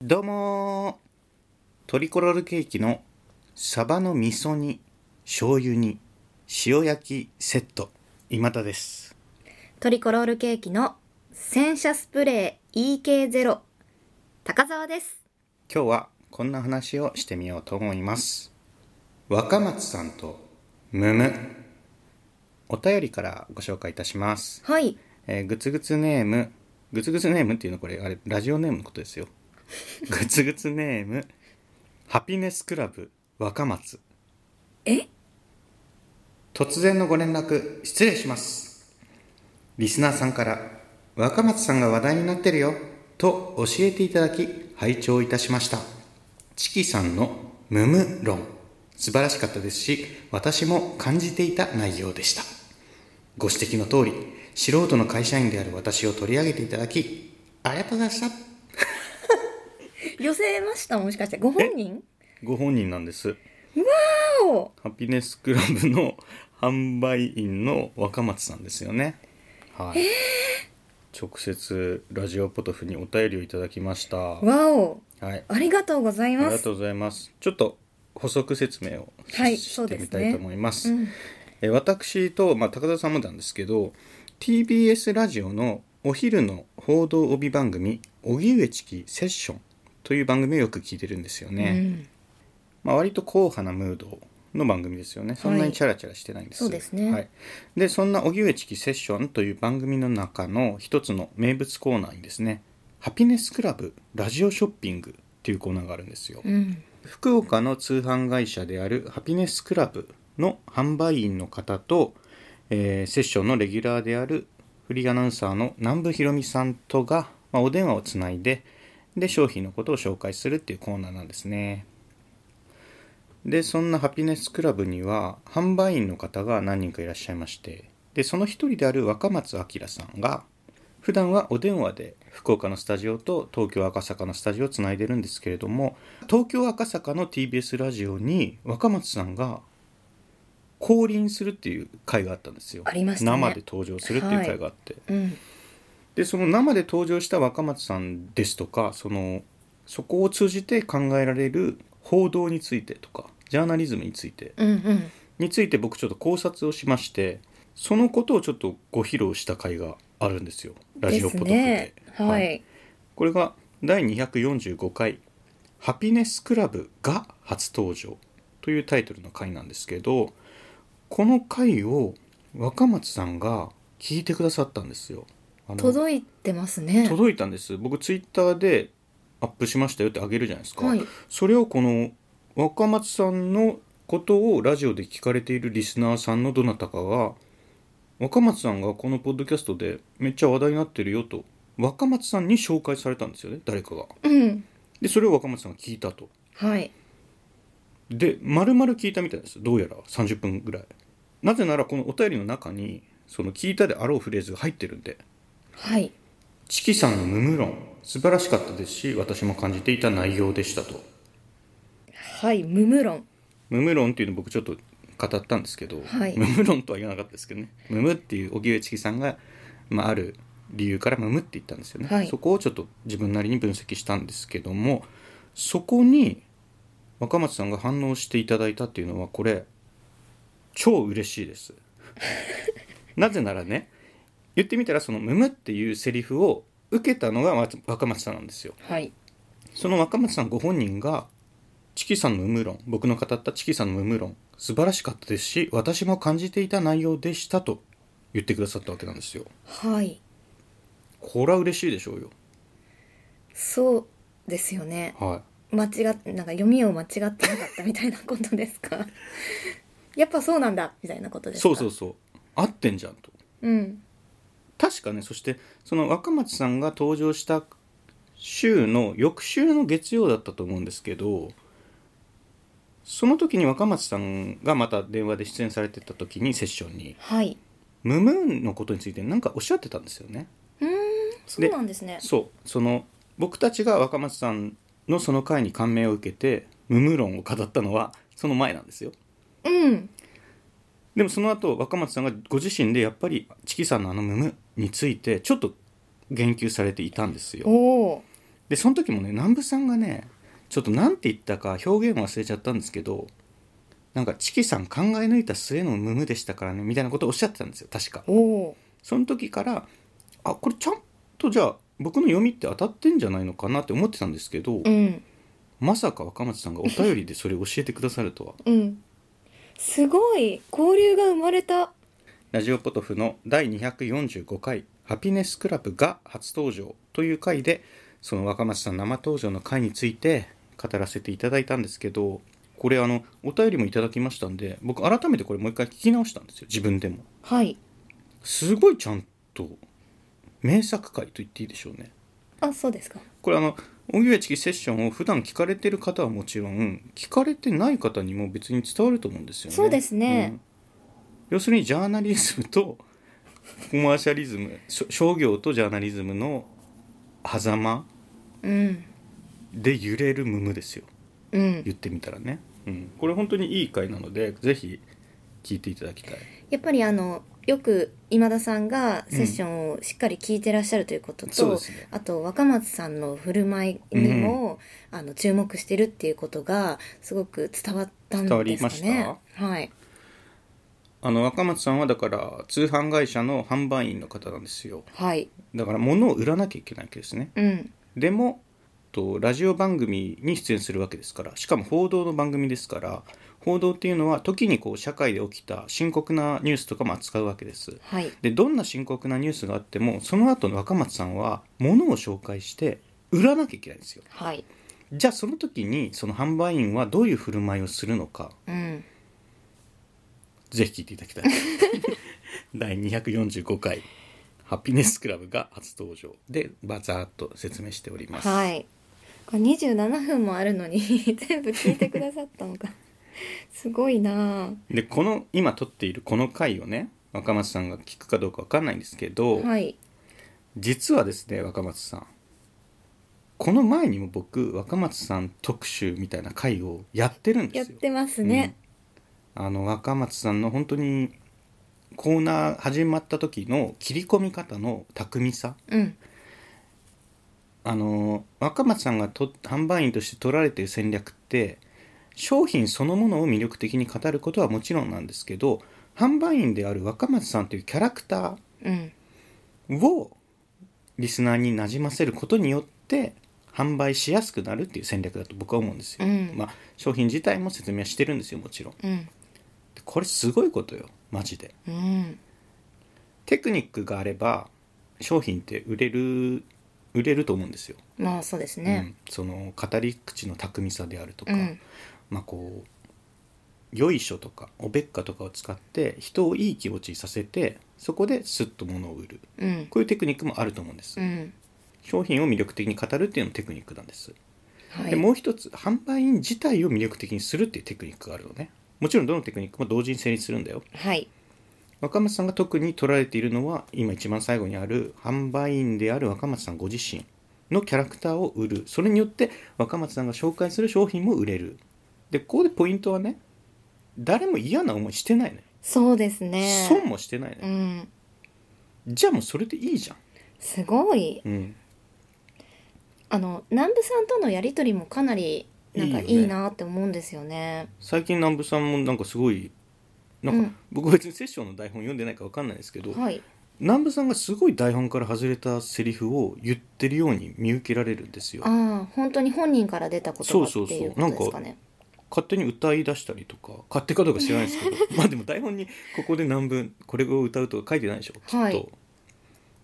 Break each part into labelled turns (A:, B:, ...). A: どうもートリコロールケーキのサバの味噌煮醤油煮塩焼きセット今田です
B: トリコロールケーキの洗車スプレー EK0 高澤です
A: 今日はこんな話をしてみようと思います若松さんとムムお便りからご紹介いたします
B: はい
A: えー、グツグツネームグツグツネームっていうのこれあれラジオネームのことですよグツグツネームハピネスクラブ若松
B: え
A: 突然のご連絡失礼しますリスナーさんから若松さんが話題になってるよと教えていただき拝聴いたしましたチキさんのムム論素晴らしかったですし私も感じていた内容でしたご指摘の通り素人の会社員である私を取り上げていただきありがとうございました
B: 寄せましたもしかしてご本人
A: ご本人なんです
B: お
A: ハピネスクラブの販売員の若松さんですよね。はい。直接ラジオポトフにお便りをいただきました。は
B: わお
A: い。
B: ありがとうござい
A: あり
B: ま
A: が
B: す
A: とうございます。ちょっと補足説明をし,、
B: はいそう
A: て
B: です
A: み
B: ね
A: たいと思います。
B: うん
A: え私と、まあ、高田さんもなんですけど TBS ラジオのお昼の報道帯番組「荻上チキセッション」という番組をよく聞いてるんですよね。
B: うん
A: まあ、割と硬派なムードの番組ですよねそんなにチャラチャラしてないんです、
B: そうですね
A: はい、でそんな「荻上チキセッション」という番組の中の一つの名物コーナーにですね「ハピネスクラブラジオショッピング」っていうコーナーがあるんですよ、
B: うん
A: 福岡の通販会社であるハピネスクラブの販売員の方と、えーセッションのレギュラーであるフリーアナウンサーの南部ひろみさんとが、まあ、お電話をつないでで商品のことを紹介するっていうコーナーなんですねでそんなハピネスクラブには販売員の方が何人かいらっしゃいましてでその一人である若松明さんが普段はお電話で福岡のスタジオと東京赤坂のスタジオをつないでるんですけれども東京赤坂の TBS ラジオに若松さんが降臨するっていう回があったんですよ。
B: ありましたね
A: 生で登場するっていう回があって、
B: うん
A: でその生で登場した若松さんですとかそのそこを通じて考えられる報道についてとかジャーナリズムについて
B: うんうん
A: について僕ちょっと考察をしましてそのことをちょっとご披露した回があるんですよラジオポトフで
B: ですねはい、
A: これが第245回「ハピネスクラブが初登場」というタイトルの回なんですけどこの回を若松さんが聞いてくださったんですよ。あの
B: 届いてますね
A: 届いたんです僕ツイッターでアップしましたよってあげるじゃないですか、
B: はい
A: それをこの若松さんのことをラジオで聞かれているリスナーさんのどなたかが若松さんがこのポッドキャストでめっちゃ話題になってるよと若松さんに紹介されたんですよね誰かが
B: うん
A: でそれを若松さんが聞いたと
B: はい
A: で丸々聞いたみたいですどうやら30分ぐらいなぜならこのお便りの中にその聞いたであろうフレーズが入ってるんで
B: はい
A: チキさんの無無論素晴らしかったですし私も感じていた内容でしたと
B: はい無無論
A: 無無論っていうの僕ちょっと語ったんですけど、
B: はい
A: 無無論とは言わなかったですけどね無無っていう荻上チキさんが、まあ、ある理由から無無って言ったんですよね、
B: はい
A: そこをちょっと自分なりに分析したんですけどもそこに若松さんが反応していただいたっていうのはこれ超嬉しいです なぜならね言ってみたらその「無無」っていうセリフを受けたのがまず若松さんなんですよ
B: はい
A: その若松さんご本人が、チキさんの無論、僕の語ったチキさんの無論、素晴らしかったですし、私も感じていた内容でしたと言ってくださったわけなんですよ。
B: はい
A: これは嬉しいでしょうよ。
B: そうですよね
A: は
B: 間違っなんか読みを間違ってなかったみたいなことですか やっぱそうなんだみたいなこと
A: い。
B: です
A: そ
B: か
A: うそうそう。合ってんじゃんと。
B: うん
A: 確かね、そして、その若松さんが登場した週の、翌週の月曜だったと思うんですけど、その時に若松さんがまた電話で出演されてた時にセッションに、
B: はい
A: ムムーンのことについてなんかおっしゃってたんですよね。
B: うーんそうなんですね
A: そうその僕たちが若松さんのその回に感銘を受けて無無論を語ったのはその前なんですよ
B: うん
A: でもその後若松さんがご自身でやっぱりチキさんのあのムムについてちょっと言及されていたんですよ
B: おお
A: でその時もね南部さんがねちょっと何て言ったか表現忘れちゃったんですけどなんか「チキさん考え抜いた末のムムでしたからね」みたいなことをおっしゃってたんですよ確か
B: おお
A: その時からあこれちゃんとじゃあ僕の読みって当たってんじゃないのかなって思ってたんですけど、
B: ー。うん。
A: まさか若松さんがお便りでそれ教えてくださるとは
B: うん。すごい交流が生まれた。
A: ラジオポトフの第245回「ハピネスクラブ」が初登場という回でその若松さん生登場の回について語らせていただいたんですけどこれあのお便りもいただきましたんで僕改めてこれもう一回聞き直したんですよ自分でも
B: はい。
A: すごいちゃんと名作回と言っていいでしょうね
B: あ、そうですか。
A: これあの荻上チキセッションを普段聞かれてる方はもちろん聞かれてない方にも別に伝わると思うんですよね。
B: そうですね
A: うん要するにジャーナリズムとコマーシャリズムしょ商業とジャーナリズムの狭間
B: うん。
A: で揺れるムムですよ
B: うん。
A: 言ってみたらね、うん、これ本当にいい回なのでぜひ聞いていただきたい
B: やっぱりあのよく今田さんがセッションをしっかり聞いてらっしゃるということ
A: そう
B: と、
A: ですね
B: あと若松さんの振る舞いにも、あの注目してるっていうことがすごく伝わったんですかね。
A: 伝わりました
B: はい。
A: あの若松さんはだから通販会社の販売員の方なんですよ
B: はい。
A: だから物を売らなきゃいけないわけですね
B: うん。
A: でもとラジオ番組に出演するわけですからしかも報道の番組ですから報道っていうのは時にこう社会で起きた深刻なニュースとかも扱うわけです
B: はい。
A: でどんな深刻なニュースがあってもその後の若松さんは物を紹介して売らなきゃいけないんですよ
B: はい。
A: じゃあその時にその販売員はどういう振る舞いをするのか
B: うん。
A: ぜひ聞いていただ きたい第245回「ハピネスクラブ」が初登場でバザーっと説明しております、
B: はい。これ27分もあるのに 全部聞いてくださったのか。 すごいなあ
A: でこの今撮っているこの回をね若松さんが聞くかどうかわかんないんですけど、
B: はい。
A: 実はですね若松さんこの前にも僕若松さん特集みたいな回をやってるんで
B: やっ
A: すよ。
B: てますね。
A: うんあの若松さんの本当にコーナー始まった時の切り込み方の巧みさ
B: うん。
A: あの若松さんがと販売員として取られている戦略って商品そのものを魅力的に語ることはもちろんなんですけど販売員である若松さんというキャラクタ
B: うん。
A: ーをリスナーになじませることによって販売しやすくなるっていう戦略だと僕は思うんですよ、
B: うん
A: まあ商品自体も説明はしてるんですよもちろん
B: うん。
A: でこれすごいことよマジで
B: うん。
A: テクニックがあれば商品って売れる売れると思うんですよ
B: まあそうですね。
A: うん、その語り口の巧みさであるとか、
B: うん
A: まあこうよいしょとかおべっかとかを使って人をいい気持ちにさせてそこですっと物を売る
B: うん。
A: こういうテクニックもあると思うんです、
B: うん。
A: 商品を魅力的に語るっていうのもテクニックなんです、
B: は
A: で
B: い。
A: もう一つ販売員自体を魅力的にするっていうテクニックがあるのねもちろんどのテクニックも同時に成立するんだよ
B: はい。
A: 若松さんが特に取られているのは今一番最後にある販売員である若松さんご自身のキャラクターを売るそれによって若松さんが紹介する商品も売れるでここでポイントはね誰も嫌な思いしてないね、
B: そうですね。
A: 損もしてないね
B: う、ん。
A: じゃあもうそれでいいじゃん、
B: すごい。
A: うん、
B: あの南部さんとのやりとりもかなりなんか
A: いいよ
B: い
A: ね
B: いなって思うんですよね。
A: 最近南部さんもなんかすごいなんか、
B: うん
A: 僕別にセッションの台本読んでないから分かんないですけど、
B: はい。
A: 南部さんがすごい台本から外れたセリフを言ってるように見受けられるんですよ
B: ああ本当に本人から出たことがって
A: そうそうそう
B: いうことですかね。
A: 勝手に歌い出したりとか勝手かどうか知らないですけ どまあでも台本にここで何分これを歌うとか書いてないでしょきっと、
B: はい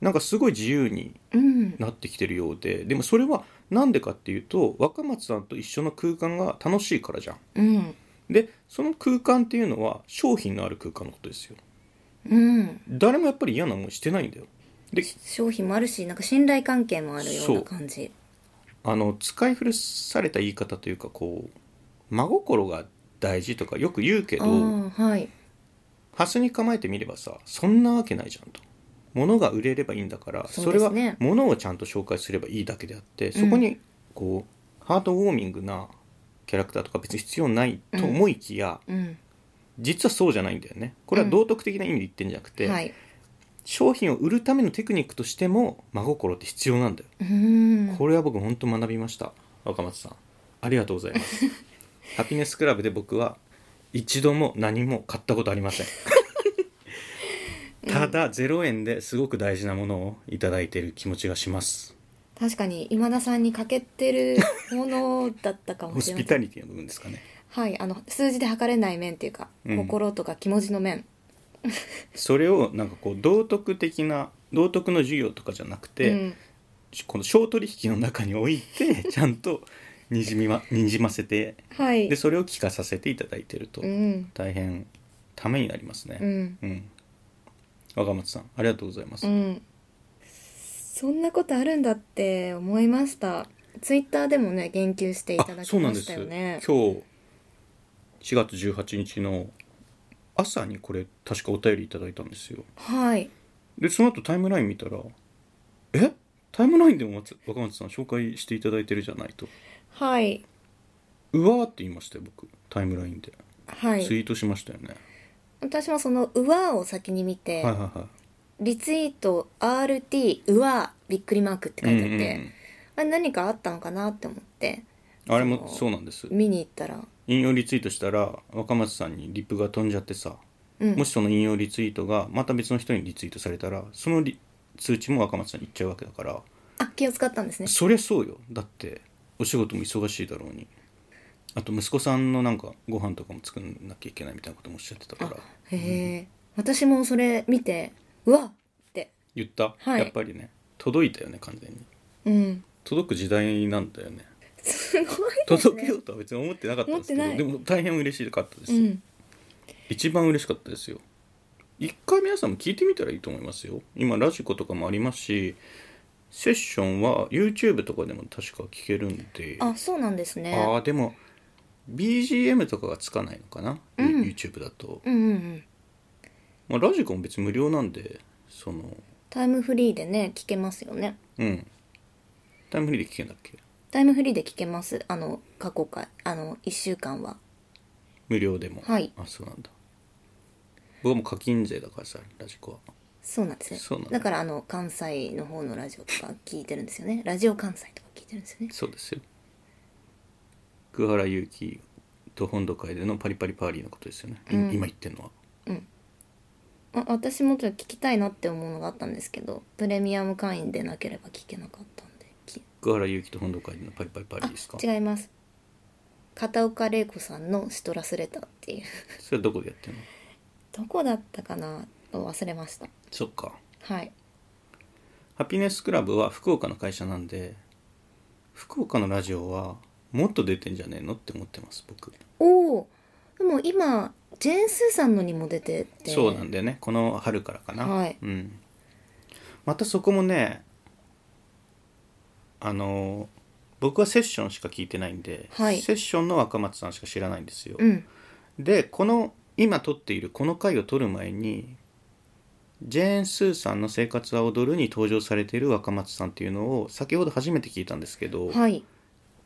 A: なんかすごい自由に
B: うん。
A: なってきてるようででもそれはなんでかっていうと若松さんと一緒の空間が楽しいからじゃん
B: うん。
A: でその空間っていうのは商品のある空間のことですよ
B: うん。
A: 誰もやっぱり嫌な思いしてないんだよで
B: 商品もあるしなんか信頼関係もあるよう
A: そ
B: な
A: う
B: 感じ
A: あの使い古された言い方というかこう真心が大事とかよく言うけ
B: あ
A: ど
B: あはい
A: 端に構えてみればさそんなわけないじゃんと物が売れればいいんだからそ,、
B: そう
A: れ
B: で
A: は
B: すね
A: 物をちゃんと紹介すればいいだけであってそこにこう、ハートウォーミングなキャラクターとか別に必要ないと思いきや、
B: うん
A: 実はそうじゃないんだよねこれは道徳的な意味で言ってんじゃなくて、
B: はい
A: 商品を売るためのテクニックとしても真心って必要なんだよ、
B: うん
A: これは僕本当学びました若松さんありがとうございます ハピネスクラブで僕は一度も何も買ったことあり ませんただ0円ですごく大事なものをいただいている気持ちがします
B: 確かに今田さんに欠けてるものだったかも
A: ホ
B: し
A: ス
B: れま
A: ピ
B: せ
A: タ
B: ん
A: リティの部分ですかね
B: はいあの数字で測れない面っていうか、
A: うん
B: 心とか気持ちの面
A: それをなんかこう道徳的な道徳の授業とかじゃなくて、
B: うん、
A: この小取引の中に置いて ちゃんとにじみまにじませて
B: はい
A: でそれを聞かさせていただいてると
B: うん
A: 大変ためになります
B: う
A: ね
B: ん
A: うん、若松さんありがとうございます、
B: うんそんなことあるんだって思いましたツイッターでもね言及していただ
A: あ
B: き
A: そうな
B: ま
A: んで
B: し
A: す
B: た
A: 今
B: よ
A: 日
B: ね
A: 4月18日の朝にこれ確かお便りいただいたんですよ
B: はい
A: でその後タイムライン見たらえタイムラインでも松若松さん紹介していただいてるじゃないと
B: はいう
A: わーって言いましたよ僕タイムラインで、
B: は
A: ツイー
B: い
A: トしましたよね
B: 私もその「うわ」を先に見て、
A: はいはいはい
B: リツイート「RT うわ」びっくりマークって書いてあって、
A: うんうんうん
B: あれ何かあったのかなって思って
A: あれも
B: その
A: そうなんです
B: 見に行ったら
A: 引用リツイートしたら若松さんにリップが飛んじゃってさ、
B: うん
A: もしその引用リツイートがまた別の人にリツイートされたらそのリ通知も若松さんに行っちゃうわけだから
B: あ気を使ったんですね
A: そりゃそうよだってお仕事も忙しいだろうにあと息子さんのなんかご飯とかも作んなきゃいけないみたいなこともおっしゃってたか
B: あ
A: ら
B: へえ、私もそれ見てうわっって
A: 言った、
B: はい
A: やっぱりね届いたよね完全に
B: うん
A: 届く時代なんだよね
B: すごいです
A: 届
B: ね
A: けようとは別に思ってなかったんですけど
B: 思って
A: で
B: な
A: も大変嬉しかったです
B: う
A: よ、
B: ん
A: 一番嬉しかったですよ一回皆さんも聞いてみたらいいと思いますよ今ラジコとかもありますしセッションは YouTube とかでも確か聞けるんであ
B: あそうなんですね
A: あーでも BGM とかがつかないのかな、
B: うん
A: YouTube だと、
B: うんうんうん
A: まあ、ラジコも別に無料なんでその
B: タイムフリーでね聞けますよね
A: うんタイムフリーで聞けんだっけ
B: タイムフリーで聞けますあの過去回あの1週間は
A: 無料でも
B: はい
A: あそうなんだ僕はもう課金税だからさラジコは
B: そうなんですね
A: そうなんだ
B: だからあの関西の方のラジオとか聞いてるんですよねラジオ関西とか聞いてるんですよね
A: そうですよ桑原祐希と本土会でのパリパリパーリーのことですよね、い
B: うん
A: 今言ってるのは
B: あ私もちょっと聞きたいなって思うのがあったんですけどプレミアム会員でなければ聞けなかったんでき
A: 桑原祐希と本土会でのパリパリパーリーですか
B: あ違います片岡玲子さんの「シトラスレター」っていう
A: それはどこでやってるの
B: どこだったかな忘れました
A: そっか
B: はい
A: ハピネスクラブは福岡の会社なんで福岡のラジオはもっと出てんじゃねえのって思ってます僕
B: おおでも今ジェーン・スーさんのにも出てて
A: そうなんだよねこの春からかな、
B: はい
A: うん、またそこもねあの僕はセッションしか聞いてないんで、
B: はい
A: セッションの若松さんしか知らないんですよ、
B: うん
A: でこの今撮っているこの回を撮る前にジェーン・スーさんの「生活は踊る」に登場されている若松さんっていうのを先ほど初めて聞いたんですけど、
B: はい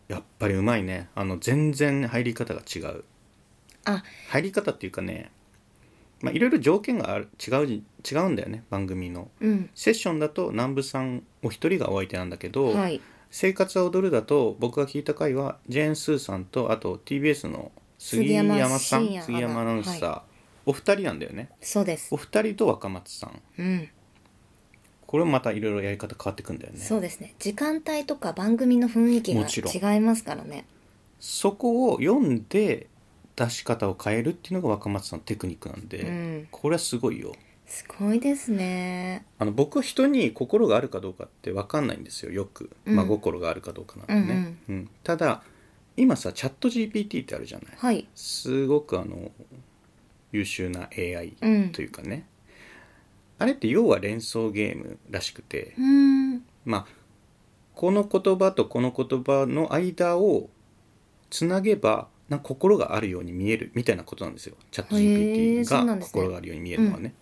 A: やっぱりうまいねあの全然入り方が違う
B: あ
A: 入り方っていうかねまあいろいろ条件がある違うじ違うんだよね番組の
B: うん
A: セッションだと南部さんお一人がお相手なんだけど、
B: はい
A: 生活は踊るだと僕が聞いた回はジェーン・スーさんとあと TBS の杉山さん
B: 杉山真也アナ
A: 杉山アナウンサー、お二人なんだよね
B: そうです
A: お二人と若松さん
B: うん
A: これもまたいろいろやり方変わってくんだよね
B: そうですね時間帯とか番組の雰囲気
A: もちろ
B: が
A: ん
B: 違いますからね
A: そこを読んで出し方を変えるっていうのが若松さんのテクニックなんで、
B: うん
A: これはすごいよ
B: すごいですね
A: あの僕は人に心があるかどうかって分かんないんですよよく、
B: うん
A: まあ、心があるかどうかなんてね、うんただ今さチャット GPT ってあるじゃない
B: はい
A: すごくあの優秀な AI
B: うん
A: というかね、あれって要は連想ゲームらしくて
B: う、ーん
A: まあこの言葉とこの言葉の間をつなげばなんか心があるように見えるみたいなことなんですよチャット
B: へー
A: GPT
B: そうなん
A: が
B: ですね
A: 心があるように見えるのはね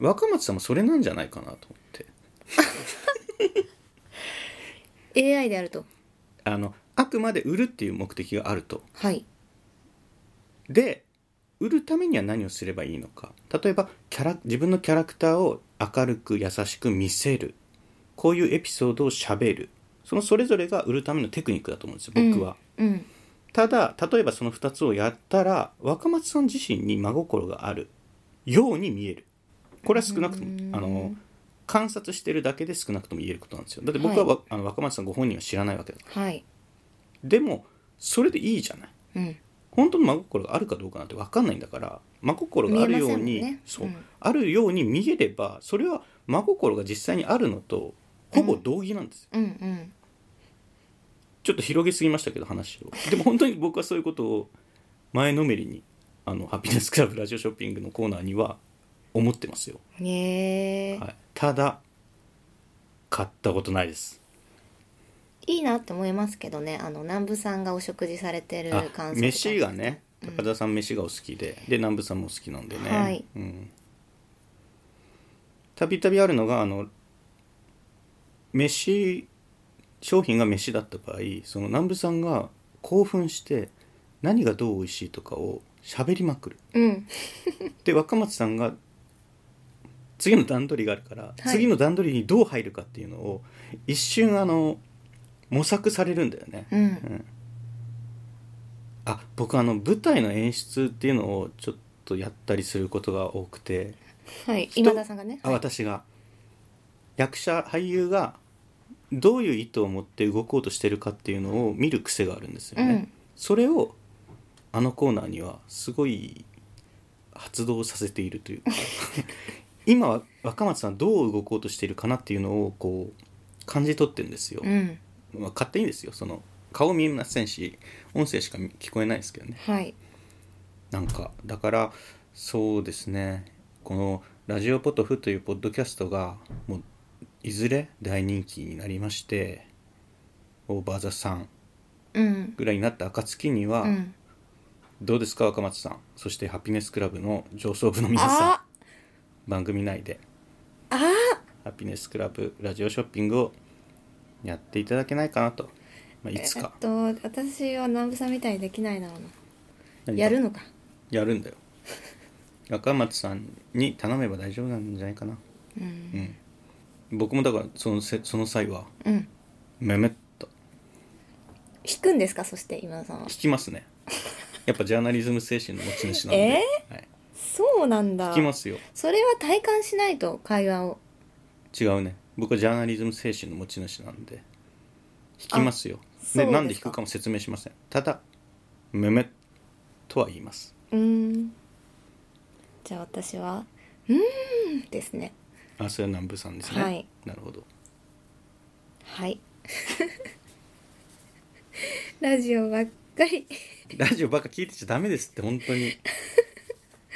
A: 若松さんもそれなんじゃないかなと思って
B: AI であると
A: あのあくまで売るっていう目的があると
B: はい
A: で売るためには何をすればいいのか例えばキャラ自分のキャラクターを明るく優しく見せるこういうエピソードをしゃべるそのそれぞれが売るためのテクニックだと思うんですよ僕は、
B: うん
A: ただ例えばその2つをやったら若松さん自身に真心があるように見えるこれは少なくともあの観察してるだけで少なくとも言えることなんですよだって僕はわ、あの若松さんご本人は知らないわけだから
B: はい
A: でもそれでいいじゃない
B: うん
A: 本当の真心があるかどうかなんて分かんないんだから真心があるよう
B: 見えませんも
A: に、
B: んね
A: そう、
B: うん
A: あるように見えればそれは真心が実際にあるのとほぼ同義なんですよ、
B: うんうん
A: ちょっと広げすぎましたけど話をでも本当に僕はそういうことを前のめりにあのハピネスクラブラジオショッピングのコーナーには思ってますよ、
B: へえ、
A: はい、ただ買ったことないです
B: い、いなって思いますけどねあの南部さんがお食事されてる
A: あ
B: 感想とか
A: 飯がね高田さん飯がお好きで、で南部さんも好きなんでね、
B: はい
A: うんたびたびあるのがあの飯商品が飯だった場合その南部さんが興奮して何がどう美味しいとかを喋りまくる
B: うん
A: で若松さんが次の段取りがあるから、次の段取りにどう入るかっていうのを一瞬あの模索されるんだよね、
B: うん
A: あ僕あの舞台の演出っていうのをちょっとやったりすることが多くて
B: はい今田さんがね
A: あ私が役者俳優がどういう意図を持って動こうとしてるかっていうのを見る癖があるんですよね、
B: うん
A: それをあのコーナーにはすごい発動させていると いうか今は若松さんどう動こうとしてるかなっていうのをこう感じ取ってるんですよ、
B: うん
A: まあ、勝手にですよその顔見えませんし音声しか聞こえないですけどね
B: はい
A: なんかだからそうですねこの「ラジオポトフ」というポッドキャストがもういずれ大人気になりましてオーバーザさん
B: うん
A: ぐらいになった暁には、
B: うん
A: どうですか若松さんそしてハピネスクラブの上層部の皆さ
B: あ
A: ん番組内で
B: あ
A: ハピネスクラブラジオショッピングをやっていただけないかなと、まあ、いつか
B: えっと私は南部さんみたいにできないだろうな
A: 何か
B: やるのか
A: やるんだよ 若松さんに頼めば大丈夫なんじゃないかな
B: うん
A: うん僕もだからそのせその際は
B: うん
A: めめっと
B: 引くんですかそして今田さんは
A: 聞きます ねやっぱジャーナリズム精神の持ち主なんで、はい、
B: そうなんだ
A: 聞きますよ
B: それは体感しないと会話を
A: 違うね僕はジャーナリズム精神の持ち主なんで引きますよ
B: そう
A: で
B: ですか
A: なんで引くかも説明しませんただめめっとは言います
B: うーんじゃあ私は「うーん」ですね
A: あそれは南部さんですね、
B: はい
A: なるほど
B: はい ラジオばっかり
A: ラジオばっか聞いてちゃダメですって本 当に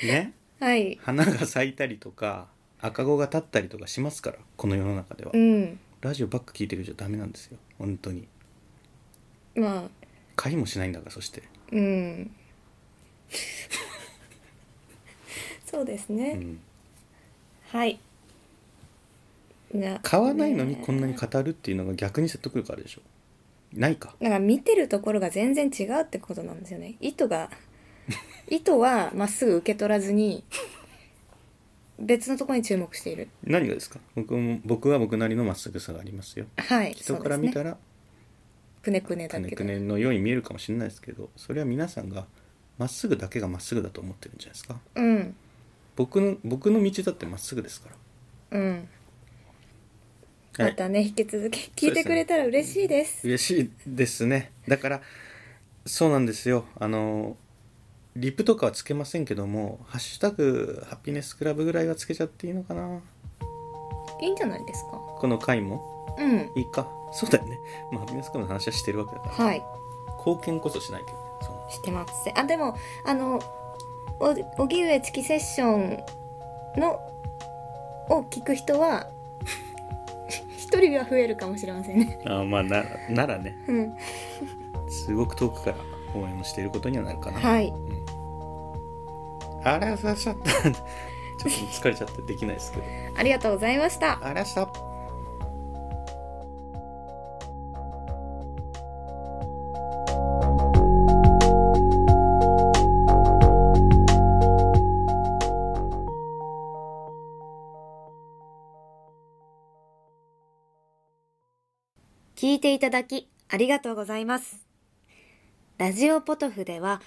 A: ね
B: はい
A: 花が咲いたりとか赤子が立ったりとかしますからこの世の中では、
B: うん
A: ラジオばっか聞いてるじゃダメなんですよ本当に
B: まあ
A: 会もしないんだからそして、
B: うん そうですね、
A: うん、
B: はいな
A: 買わないのに
B: ね
A: こんなに語るっていうのが逆に説得力あるでしょないか
B: だから見てるところが全然違うってことなんですよね意 図が意図はまっすぐ受け取らずに別のところに注目している
A: 何がですか僕も僕は僕なりのまっすぐさがありますよ
B: はい
A: 人から見た
B: ら
A: ら
B: くねくね
A: く
B: だ
A: ね
B: け
A: く
B: ど、
A: ねのように見えるかもしれないですけどそれは皆さんがまっすぐだけがまっすぐだと思ってるんじゃないですか
B: うん
A: 僕の僕の道だってまっすぐですか
B: うん
A: ら、は
B: ま
A: い、
B: たね引き続き聞いてくれたら嬉しいです
A: 嬉しいですねだからそうなんですよあのリプとかはつけませんけども「ハッシュタグハピネスクラブ」ぐらいはつけちゃっていいのかない
B: いんじゃないですか
A: この回も
B: うん
A: いいかそうだよねまあハピネスクラブの話はしてるわけだから
B: はい
A: 貢献こそしないけどねその
B: してますせあでもあのお荻上チキセッションのを聞く人は 一人は増えるかもしれませんね
A: あまあならならね
B: うん
A: すごく遠くから応援をしていることにはなるかな、
B: はい
A: あらさしゃった ちょっと疲れちゃってできないですけど
B: ありがとうございました
A: あらした
B: 聞いていただきありがとうございます。ラジオポトフでは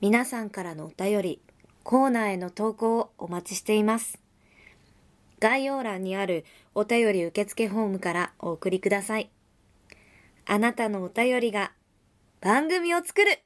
B: 皆さんからのお便り、コーナーへの投稿をお待ちしています。概要欄にあるお便り受付フォームからお送りください。あなたのお便りが番組を作る